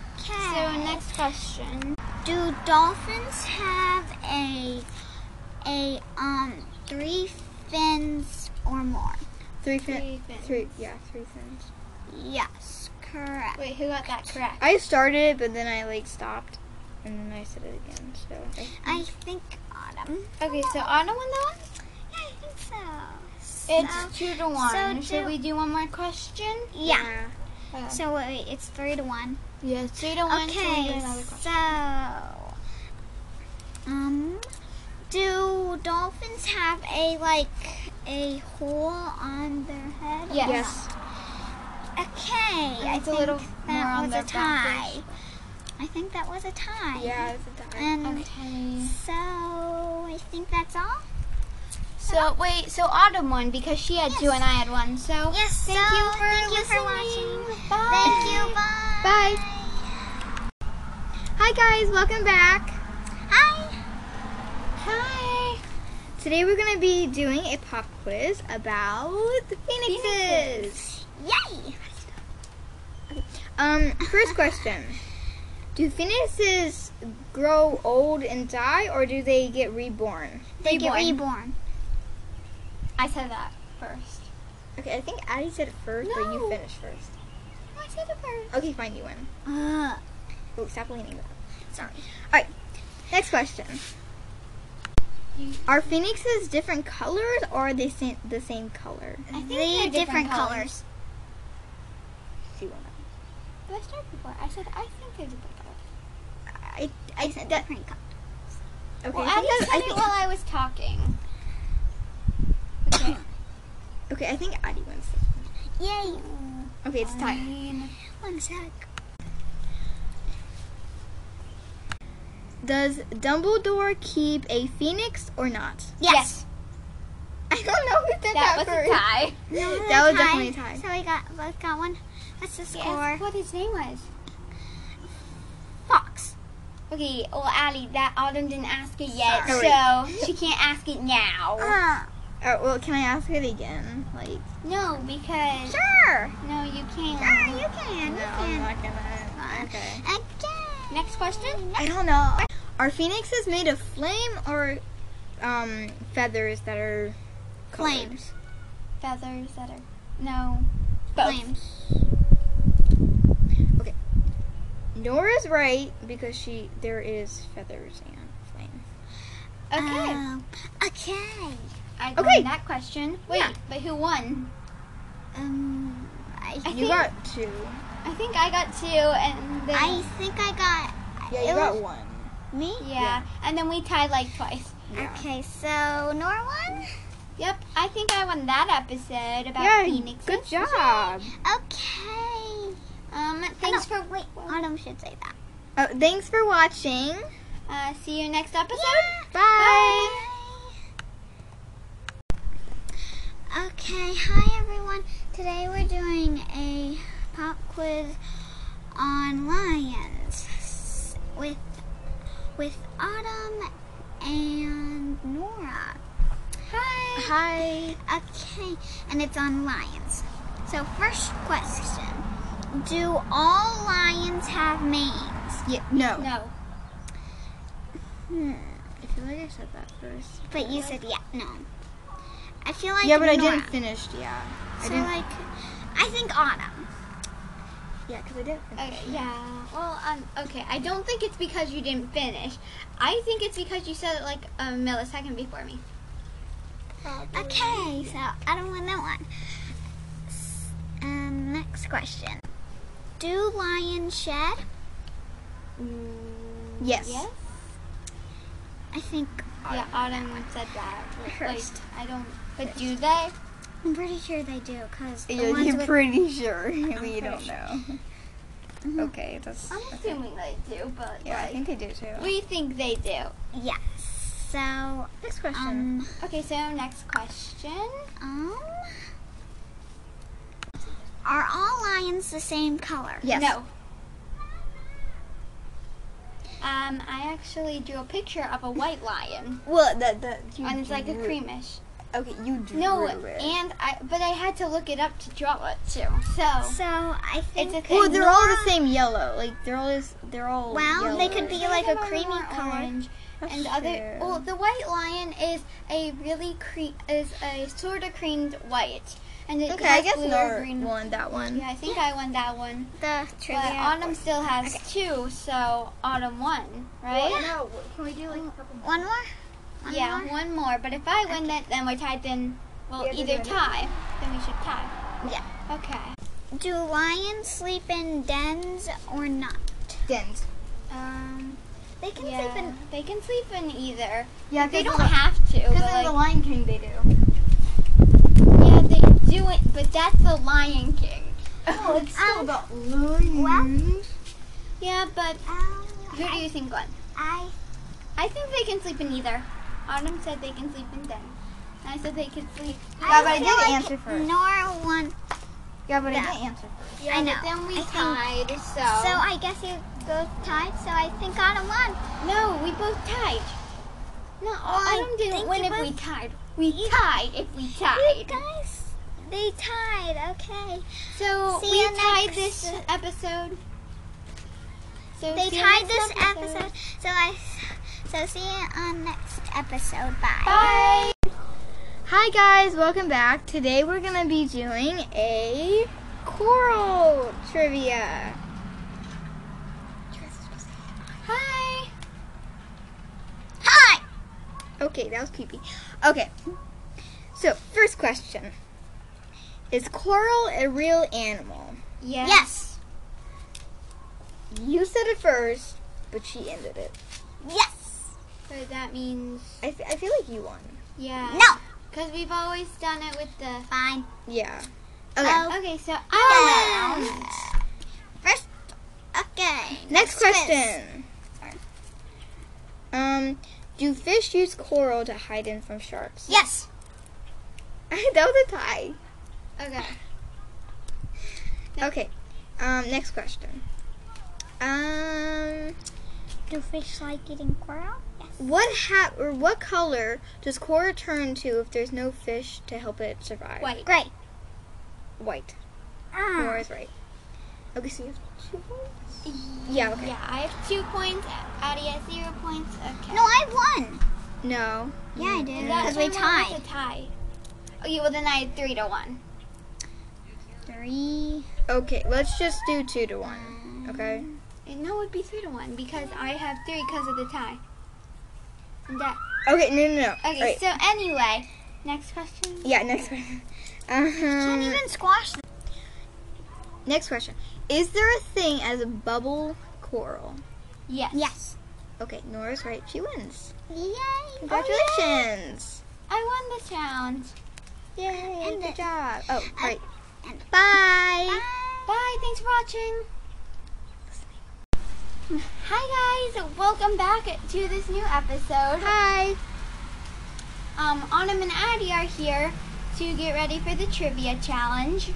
S1: So next question.
S3: do dolphins have a a um three fins or more?
S2: three fins.
S1: Three fins.
S2: Three. Yeah, three fins.
S3: Yes, correct.
S1: Wait, who got that correct?
S2: I started it, but then I like stopped, and then I said it again. So. I,
S3: I think autumn.
S1: Okay, so Anna won that one.
S3: Yeah, I think so.
S1: It's
S2: It's
S1: two to one.
S3: so
S1: Should
S3: do-
S1: we do one more question?
S3: Yeah.
S1: Yeah.
S3: So wait, it's three to one.
S1: Yeah, three to one. till we do
S3: Okay,
S1: another question.
S3: so um, do dolphins have a like a hole on their head?
S1: Yes.
S2: Yes.
S3: Okay, I
S1: it's a
S3: think
S1: little more
S3: that
S1: on
S3: was
S1: their
S3: a
S1: back
S3: tie. I think that was a tie.
S2: Yeah, it's a time.
S3: And
S1: Okay.
S3: so I think that's all.
S1: So wait, so Autumn won because she had two
S3: Yes.
S1: and I had one. So
S3: Yes.
S1: thank
S3: so
S1: you for
S3: thank you for
S1: listening.
S3: watching.
S1: Bye.
S3: Thank you. Bye.
S2: Bye. Hi guys, welcome back.
S3: Hi.
S1: Hi.
S2: Today we're gonna be doing a pop quiz about phoenixes. phoenixes.
S3: Yay.
S2: Um, first question: Do phoenixes grow old and die, or do they get reborn?
S3: They get
S1: Reborn.
S3: reborn.
S1: I said that first.
S2: Okay, I think Addie said it first, but you
S1: No.
S2: finished first.
S1: I said it first.
S2: Okay, fine, you win.
S3: Uh,
S2: Oh, stop leaning back. Sorry. All right. Next question: Are phoenixes different colors, or are they sa- the same color?
S1: I think
S3: they are
S1: they're
S3: different colors.
S2: See what I-
S1: But I started before. I said I think they're different colors.
S2: I I said that.
S3: Different colors.
S2: Okay.
S1: well,
S2: I
S1: Addie
S2: think that-
S1: said
S2: I
S1: it
S2: think-
S1: while I was talking. Okay.
S2: Okay, I think Addie wins.
S3: Yay.
S2: Okay, it's time.
S1: Fine.
S3: One sec.
S2: Does Dumbledore keep a phoenix or not?
S1: Yes.
S2: I don't know who did
S1: That
S2: that,
S1: was
S2: first.
S1: a tie.
S3: No,
S2: That
S3: that's
S2: was definitely a tie.
S3: So we got both got one. What's the
S1: Yes,
S3: score?
S1: what his name was.
S3: Fox.
S1: Okay, well, Addie, that Autumn didn't ask it yet,
S2: Sorry.
S1: so she can't ask it now.
S3: Uh,
S2: Alright, well, can I ask it again? Like,
S1: no, because
S3: sure.
S1: no, you can't.
S3: Sure, you can. you can.
S2: gonna. Okay.
S3: Again.
S1: Next question.
S2: I don't know. Are phoenixes made of flame or um, feathers that are colored?
S3: Flames.
S1: Feathers that are no.
S3: Flames.
S2: Nora's right because she there is feathers and flame.
S1: Okay.
S3: Um, okay.
S1: I
S2: okay.
S1: won that question. Wait,
S2: Yeah.
S1: but who won?
S3: Um, I,
S1: I
S2: You
S1: think-
S2: got two.
S1: I think I got two, and then
S3: I think I got.
S2: Yeah, you
S3: it
S2: got
S3: was
S2: one.
S3: Me?
S1: yeah. and then we tied like twice.
S2: Yeah.
S3: Okay, so Nora won?
S1: Yep, I think I won that episode about
S2: Yeah,
S1: phoenixes.
S2: good job.
S3: Okay.
S1: Um, thanks for wait.
S3: Autumn should say that.
S2: Uh, thanks for watching.
S1: Uh, see you next episode.
S2: Bye.
S3: Okay, hi everyone. Today we're doing a pop quiz on lions s- with with Autumn and Nora. Hi.
S2: Hi.
S3: Okay, and it's on lions. So first question: Do all lions have manes?
S2: Yeah, no.
S1: No.
S3: Hmm.
S2: I feel like I said that first.
S3: But you said yeah, no. I feel like
S2: yeah, but I
S3: Nora.
S2: didn't finish. Yeah, I
S3: So
S2: didn't.
S3: like, I think autumn.
S2: yeah, because I didn't. Finish.
S1: Okay, Uh, yeah. Well, um, okay. I don't think it's because you didn't finish. I think it's because you said it like a millisecond before me.
S3: Okay, so I don't win that one. S- Um, next question. Do lions shed?
S2: Uh, Yes.
S1: Yes.
S3: I think
S1: Yeah, Autumn once said that. Like,
S2: First.
S1: I don't. But do they?
S3: I'm pretty sure they do, cause the
S2: Yeah,
S3: ones
S2: you're
S3: with
S2: pretty sure. we
S3: pretty
S2: don't
S3: sure.
S2: know.
S3: Mhm.
S2: Okay, that's.
S1: I'm assuming they do, but
S2: Yeah, I
S1: like
S2: think they do too.
S1: we think they do.
S3: yeah. So
S2: Next question.
S3: um
S1: Okay, so next question.
S3: um. Are all lions the same color?
S2: Yes.
S1: No. Um, I actually drew a picture of a white lion,
S2: well, that that you
S1: and it's like a
S2: drew-
S1: creamish.
S2: Okay, you drew
S1: No,
S2: it.
S1: and I but I had to look it up to draw it too. So
S3: So I think
S1: it's a thing.
S2: well, they're all the same yellow. Like they're all this. They're all.
S1: Um,
S3: Well, they could
S2: yellow.
S3: be like a
S1: Some of them
S3: creamy
S1: are
S3: color.
S1: orange,
S2: That's
S1: and other.
S2: true.
S1: Well, the white lion is a really cre- is a sort of creamed white, and it
S2: Okay,
S1: has
S2: I guess
S1: blue or
S2: Nora
S1: green.
S2: won that one.
S1: Yeah, I think I won that one.
S3: the
S1: But
S3: trivia.
S1: Autumn still has two, so Autumn won, right?
S2: Well, no, can we do like a couple more?
S3: One more. One
S1: yeah,
S3: more?
S1: one more. But if I win it, then we're tied. Then Well, either tie. Then we should tie.
S2: Yeah.
S1: Okay.
S3: Do lions sleep in dens or not?
S2: Dens.
S1: Um,
S3: They can
S1: yeah.
S3: sleep in.
S1: they can sleep in either.
S2: Yeah,
S1: They don't
S2: have.
S1: have to. But
S2: Because in the
S1: like,
S2: Lion King, they do.
S1: yeah, they do it. But that's the Lion King.
S2: Oh, it's
S3: still
S2: about lions.
S1: Yeah, but
S3: Um,
S1: who do you think, Glenn?
S3: I
S1: I think they can sleep in either. Autumn said they can sleep in den. I said they can sleep.
S2: Yeah, but I
S3: feel
S2: did
S3: like
S2: answer first.
S3: Nor one.
S2: Yeah, but I
S3: Yeah.
S2: didn't answer. first.
S1: Yeah, but
S3: I know.
S1: then we
S3: I think-
S1: tied, so.
S3: So I guess you both tied. So I think Autumn won.
S1: no, we both tied. No, Autumn
S3: Oh, think
S1: didn't win
S3: you
S1: if we tied. We tied if we
S3: You
S1: tied.
S3: guys, they tied. Okay.
S1: So
S3: See
S1: we
S3: you
S1: tied
S3: next-
S1: this episode. So
S3: They
S1: see you next
S3: tied this episode. So I. So see you on next episode. Bye.
S1: Bye.
S2: Hi guys, welcome back. Today we're gonna be doing a coral trivia.
S1: Hi.
S3: Hi.
S2: Okay, that was creepy. Okay, so first question: Is coral a real animal?
S1: Yes.
S3: Yes.
S2: You said it first, but she ended it.
S3: Yes.
S1: So that means
S2: I, f- I feel like you won.
S1: yeah.
S3: No.
S1: Because we've always done it with the.
S3: Fine.
S2: Yeah. Okay.
S3: Oh.
S1: Okay, so
S3: Yeah.
S1: I
S3: First. Okay.
S2: Next
S3: quiz.
S2: question. Um, do fish use coral to hide in from sharks?
S3: Yes.
S2: that was a tie.
S1: Okay.
S2: Okay. Um, next question. Um,
S3: Do fish like eating coral?
S2: what hat or what color does coral turn to if there's no fish to help it survive?
S1: White.
S3: Great.
S2: White. Nora
S3: Ah.
S2: is right. Okay, so you have two points. Yeah. Okay.
S1: Yeah, I have two points. Addie has zero points. Okay.
S3: No, I won.
S2: No.
S3: Yeah, I did.
S1: That
S3: Because we
S1: time
S3: tied.
S1: was a tie. Okay, well then I had three to one.
S3: Three.
S2: Okay. Let's just do two to one. Okay.
S1: And no, it'd be three to one because I have three because of the tie. And that.
S2: Okay. No. No. no.
S1: Okay.
S2: Alright.
S1: So anyway, next question.
S2: Yeah, next question. Um,
S3: Can't even squash them.
S2: next question. Is there a thing as a bubble coral?
S1: Yes.
S3: Yes.
S2: Okay, Nora's right. She wins.
S3: Yay.
S2: Congratulations.
S1: I won this round.
S2: Yay.
S3: And
S2: good
S3: the-
S2: job. Oh,
S3: uh,
S2: right.
S3: and-
S2: Bye.
S1: Bye. Thanks for watching. Hi guys, welcome back to this new episode.
S2: Hi.
S1: Um, Autumn and Addie are here to get ready for the trivia challenge,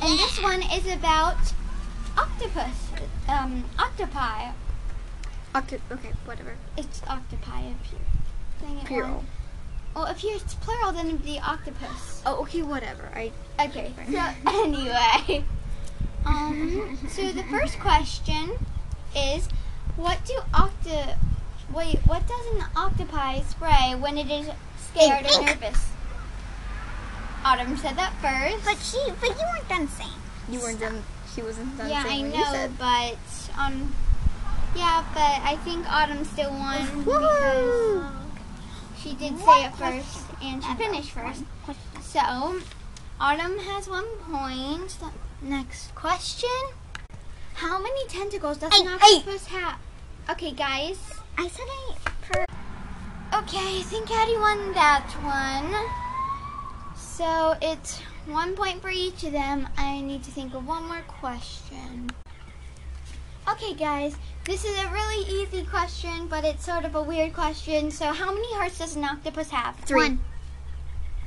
S1: and this one is about octopus. Um, octopi.
S2: Octo- okay, whatever.
S1: It's octopi if you're saying it
S2: Plural.
S1: wrong. Well, if you're, it's plural, then it'd be octopus.
S2: Oh, okay, whatever. I
S1: Okay. So anyway, um, so the first question is, what do octo? Wait, what does an octopi spray when it is scared or
S3: Ink.
S1: nervous? Autumn said that first.
S3: But she, but you weren't done saying.
S2: you weren't done. She wasn't done
S1: yeah, I
S2: saying what you
S1: know,
S2: said.
S1: but um, yeah, but I think Autumn still won because
S2: Woohoo!
S1: she did
S3: One
S1: say it first and she finished first.
S3: Question.
S1: So, Autumn has one point. Next question. How many tentacles does an
S3: Eight,
S1: octopus have? Okay, guys.
S3: I said I per.
S1: Okay, I think Addie won that one. So, it's one point for each of them. I need to think of one more question. Okay, guys. This is a really easy question, but it's sort of a weird question. So, how many hearts does an octopus have?
S2: Three.
S3: One.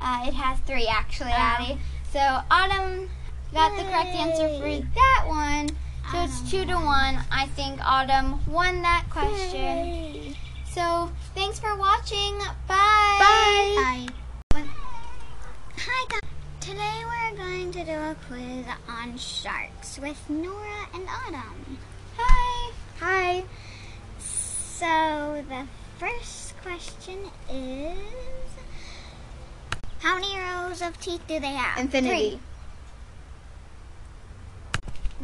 S1: Uh, it has three actually,
S3: Oh.
S1: Addie. So Autumn got the correct answer
S3: Yay.
S1: for that one. So it's two to one. I think Autumn won that question.
S3: Yay.
S1: So thanks for watching. Bye.
S3: Bye. Hi guys. Today we're going to do a quiz on sharks with Nora and Autumn.
S1: Hi.
S2: Hi.
S3: So the first question is, how many rows of teeth do they have?
S2: Infinity.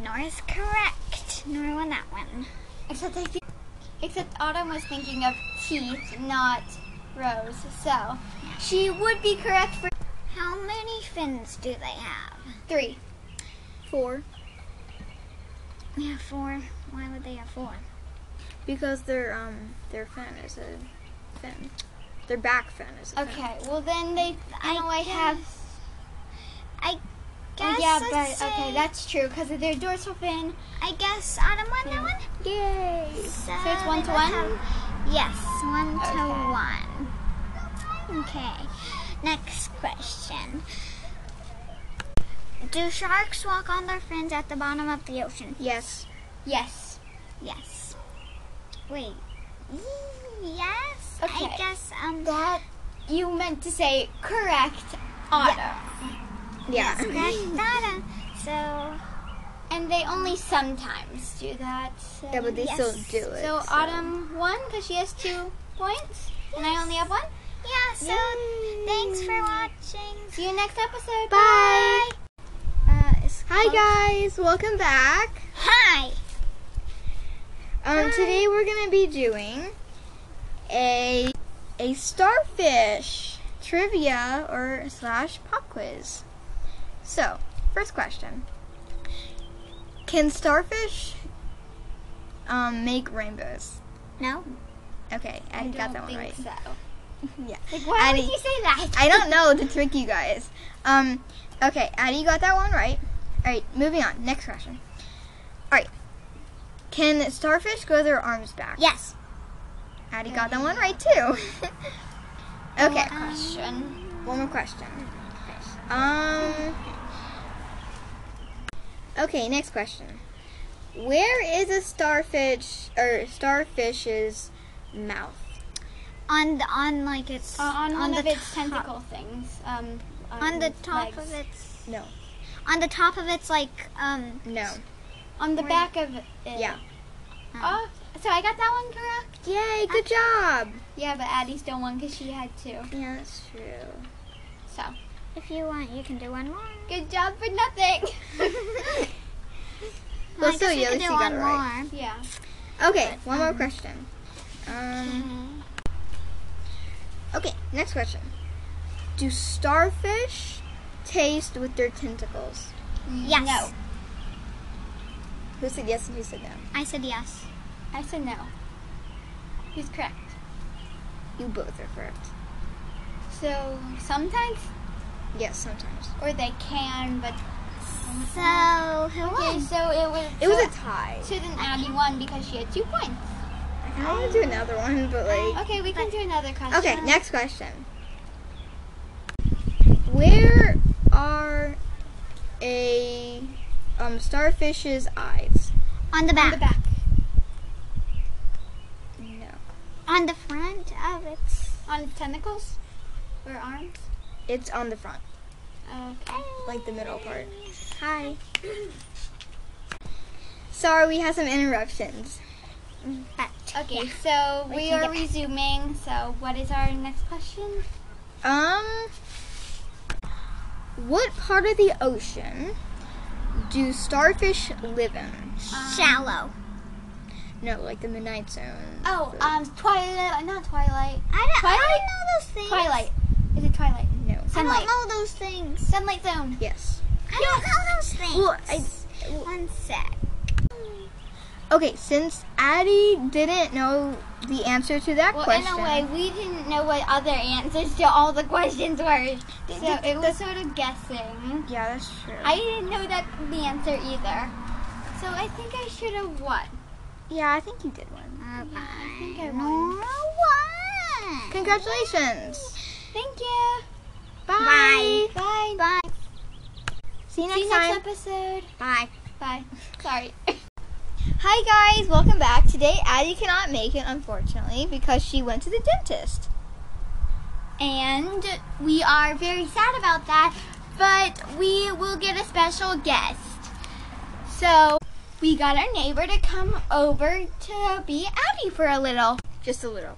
S3: Nora's correct. Nora won that one.
S1: Except I think, except Autumn was thinking of teeth, not rows. So she would be correct for
S3: How many fins do they have?
S2: Three. Four.
S3: We have four. Why would they have four?
S2: Because their um their fin is a fin. Their back fin is a fin.
S1: Okay, well then they I know I have.
S3: I
S1: Uh,
S3: guess.
S1: yeah,
S3: I'd
S1: but
S3: say-
S1: okay, that's true because of their dorsal fin.
S3: I guess Autumn won that one.
S1: Hmm. Yay!
S3: So,
S1: it's one
S3: they
S1: to
S3: would
S1: one?
S3: have- Yes, one to
S1: Okay.
S3: one. Okay. Next question. Do sharks walk on their fins at the bottom of the ocean?
S2: Yes.
S1: Yes.
S3: Yes. Wait. Mm, Yes.
S1: Okay.
S3: I guess um
S1: That you meant to say correct, Autumn.
S2: Yeah.
S3: correct data. So
S1: And they only sometimes do that. So.
S2: Yeah, but they
S3: Yes.
S2: still do it.
S1: So Autumn won because she has two points, and I only have one.
S3: yeah, so thanks for watching.
S1: See you next episode.
S2: Bye.
S3: Uh, it's
S2: Hi guys, welcome back.
S3: Hi.
S2: Um, today we're gonna be doing a a starfish trivia or slash pop quiz. So, first question: Can starfish um, make rainbows?
S3: No.
S2: Okay, I,
S1: I don't
S2: got that one
S1: think
S2: right.
S1: So.
S2: Yeah,
S1: Like, why
S2: Addie-
S1: did you say that?
S2: I don't know to trick you guys. Um, okay, Addie, you got that one right. All right, moving on. Next question. All right, can starfish grow their arms back?
S3: Yes.
S2: Addie got that one right too. okay,
S1: Question.
S2: one more question. Um. Okay, next question. Where is a starfish or starfish's mouth?
S3: On the, on like it's
S1: Uh, on, one
S3: the
S1: of its
S3: top-
S1: tentacle things. Um,
S3: on the top
S1: legs.
S3: of its
S2: No.
S3: on the top of its like um
S2: No.
S1: On the
S3: Where-
S1: back of it.
S2: Yeah.
S1: Oh, so I got that one correct.
S2: Yay! Good job.
S1: Yeah, but Addie still won because she had two.
S2: Uh, Yeah, that's true.
S1: So
S3: if you want you can do one more.
S1: good job for nothing.
S2: Well,
S3: I guess
S2: still,
S3: we
S2: yeah,
S3: could
S2: at least
S3: do
S2: you got
S3: one
S2: it right.
S3: more.
S1: yeah.
S2: Okay, one more question. Um, okay, next question. Do starfish taste with their tentacles?
S3: Yes.
S1: No,
S2: Who said yes and who said no?
S3: I said yes.
S1: I said no. He's correct.
S2: You both are correct.
S1: So sometimes,
S2: Yes, sometimes.
S1: or they can, but
S3: So who
S1: okay.
S3: won?
S1: So it was.
S2: It was a tie.
S1: So then Addie won because she had two points.
S2: I want to do another one, but like.
S1: Okay, we can do another question.
S2: Okay, next question. Where are a um, starfish's eyes?
S3: On the
S1: On
S3: back.
S1: the back,
S2: No.
S3: On the front of its
S1: on tentacles or arms.
S2: It's on the front,
S1: Okay.
S2: like the middle part.
S3: Hi.
S2: Sorry, we had some interruptions.
S3: But
S1: Okay, so
S3: We
S1: we
S3: can
S1: are
S3: get back.
S1: resuming. So what is our next question?
S2: Um, what part of the ocean do starfish live in?
S3: shallow.
S2: No, like the midnight zone.
S1: Oh,
S2: the-
S1: um, Twilight. Not Twilight.
S3: I don't, I
S1: Twilight?
S3: don't know those things.
S1: Twilight. Is it Twilight?
S2: no.
S1: Sunlight.
S3: I don't know those things.
S1: Sunlight Zone.
S2: Yes.
S3: I don't know those things.
S2: Well, I,
S3: One sec.
S2: okay, since Addie didn't know the answer to that
S1: Well,
S2: question,
S1: in a way, we didn't know what other answers to all the questions were, so it was sort of guessing.
S2: yeah, that's true.
S1: I didn't know that the answer either, so I think I should have won.
S2: yeah, I think you did one.
S3: Uh,
S1: Yeah, I think I won.
S3: no one.
S2: Congratulations.
S1: Thank you.
S2: Bye.
S1: Bye.
S3: Bye.
S2: See you next
S1: See you
S2: time.
S1: next episode.
S3: Bye.
S1: Bye. Sorry.
S2: Hi guys, welcome back. Today Addie cannot make it unfortunately because she went to the dentist.
S1: And we are very sad about that, but we will get a special guest. So we got our neighbor to come over to be Abby for a little.
S2: Just a little.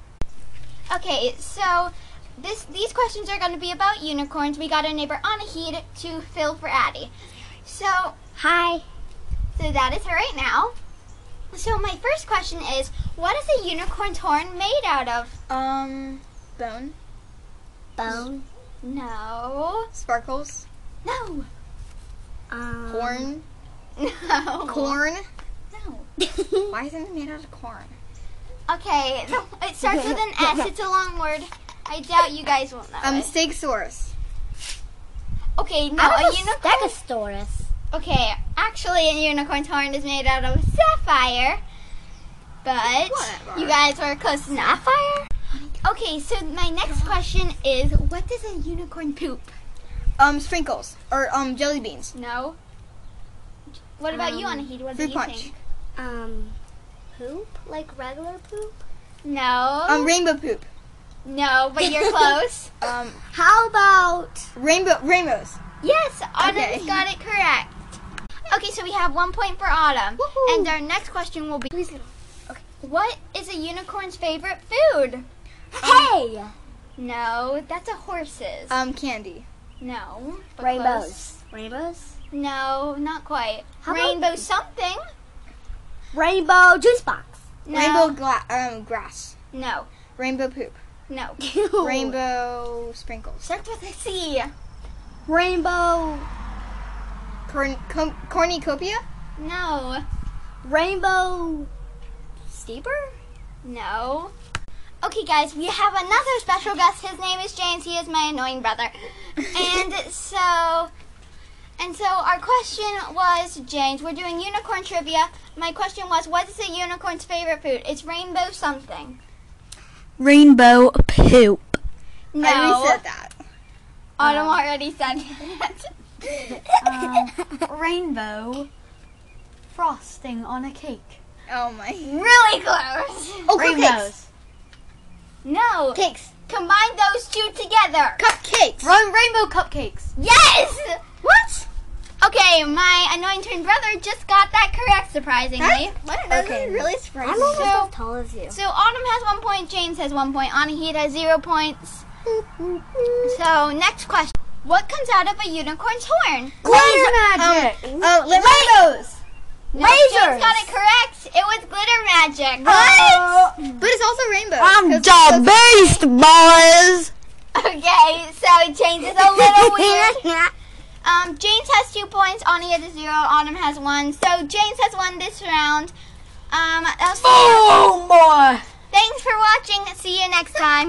S1: Okay, so this these questions are going to be about unicorns. We got our neighbor Anahid to fill for Addie. So hi. So that is her right now. So my first question is, what is a unicorn's horn made out of?
S2: Um, bone.
S3: Bone.
S1: No.
S2: Sparkles.
S1: No.
S3: Um,
S2: Corn.
S1: No.
S2: Corn.
S1: No.
S2: Why isn't it made out of corn?
S1: Okay, the- it starts with an S. It's a long word. I doubt you guys will know.
S2: Um,
S1: it.
S2: stegosaurus.
S1: Okay, no,
S3: Out
S1: a
S3: of a
S1: unicorn.
S3: stegosaurus.
S1: Okay, actually, a unicorn's horn is made out of sapphire, but
S2: Whatever.
S1: you guys were close enough. Sapphire. Okay, so my next question is, what does a unicorn poop?
S2: Um, sprinkles or um jelly beans.
S1: No. Um, What about you, Anahid? What do
S2: Fruit
S1: you
S2: punch.
S1: think?
S3: Um, poop? Like regular poop?
S1: No.
S2: Um, rainbow poop.
S1: no, but you're close.
S2: Um,
S3: How about
S2: rainbow rainbows.
S1: Yes, Autumn's
S2: Okay.
S1: got it correct. Okay, so we have one point for Autumn.
S2: Woohoo.
S1: And our next question will be What is a unicorn's favorite food? Um,
S3: hay?
S1: No, that's a horse's.
S2: Um, candy.
S1: no. but close.
S3: Uh, Rainbows. Rainbows?
S1: No, not quite.
S3: How about-
S1: Rainbow something?
S3: Rainbow juice box.
S1: No.
S2: Rainbow gla- um grass.
S1: No,
S2: Rainbow poop.
S1: no.
S2: Rainbow sprinkles.
S1: Starts with a C.
S3: Rainbow.
S2: Corn- com- cornucopia.
S1: No,
S3: Rainbow. Steeper?
S1: no. Okay, guys, we have another special guest. His name is James. He is my annoying brother. and so and so our question was james we're doing unicorn trivia my question was what is a unicorn's favorite food it's rainbow something
S3: Rainbow poop.
S1: no
S2: I Oh. already said that.
S1: autumn already said it
S2: Um,
S4: rainbow frosting on a cake.
S2: Oh my.
S1: really close
S2: Oh,
S4: Rainbows.
S1: no
S2: cupcakes.
S1: combine those two together
S2: Cupcakes. Cupcakes.
S4: Run rainbow cupcakes.
S1: yes
S2: What?
S1: okay my annoying twin brother just got that correct surprisingly
S2: okay. really surprising.
S3: I'm almost
S1: So-
S3: as tall as you.
S1: so autumn has one point james has one point anahid has zero points so next question what comes out of a unicorn's horn
S2: Glitter
S4: magic.
S2: Um, uh, rainbows.
S1: No, James got it correct. It was glitter magic.
S2: But it's also rainbow.
S4: I'm
S2: 'cause it's so-
S4: the beast, boys.
S1: Okay, so James is a little weird. Um, James has two points. Ani has zero. Autumn has one. So James has won this round. Um, I'll see you-
S4: Oh my.
S1: Thanks for watching. See you next time.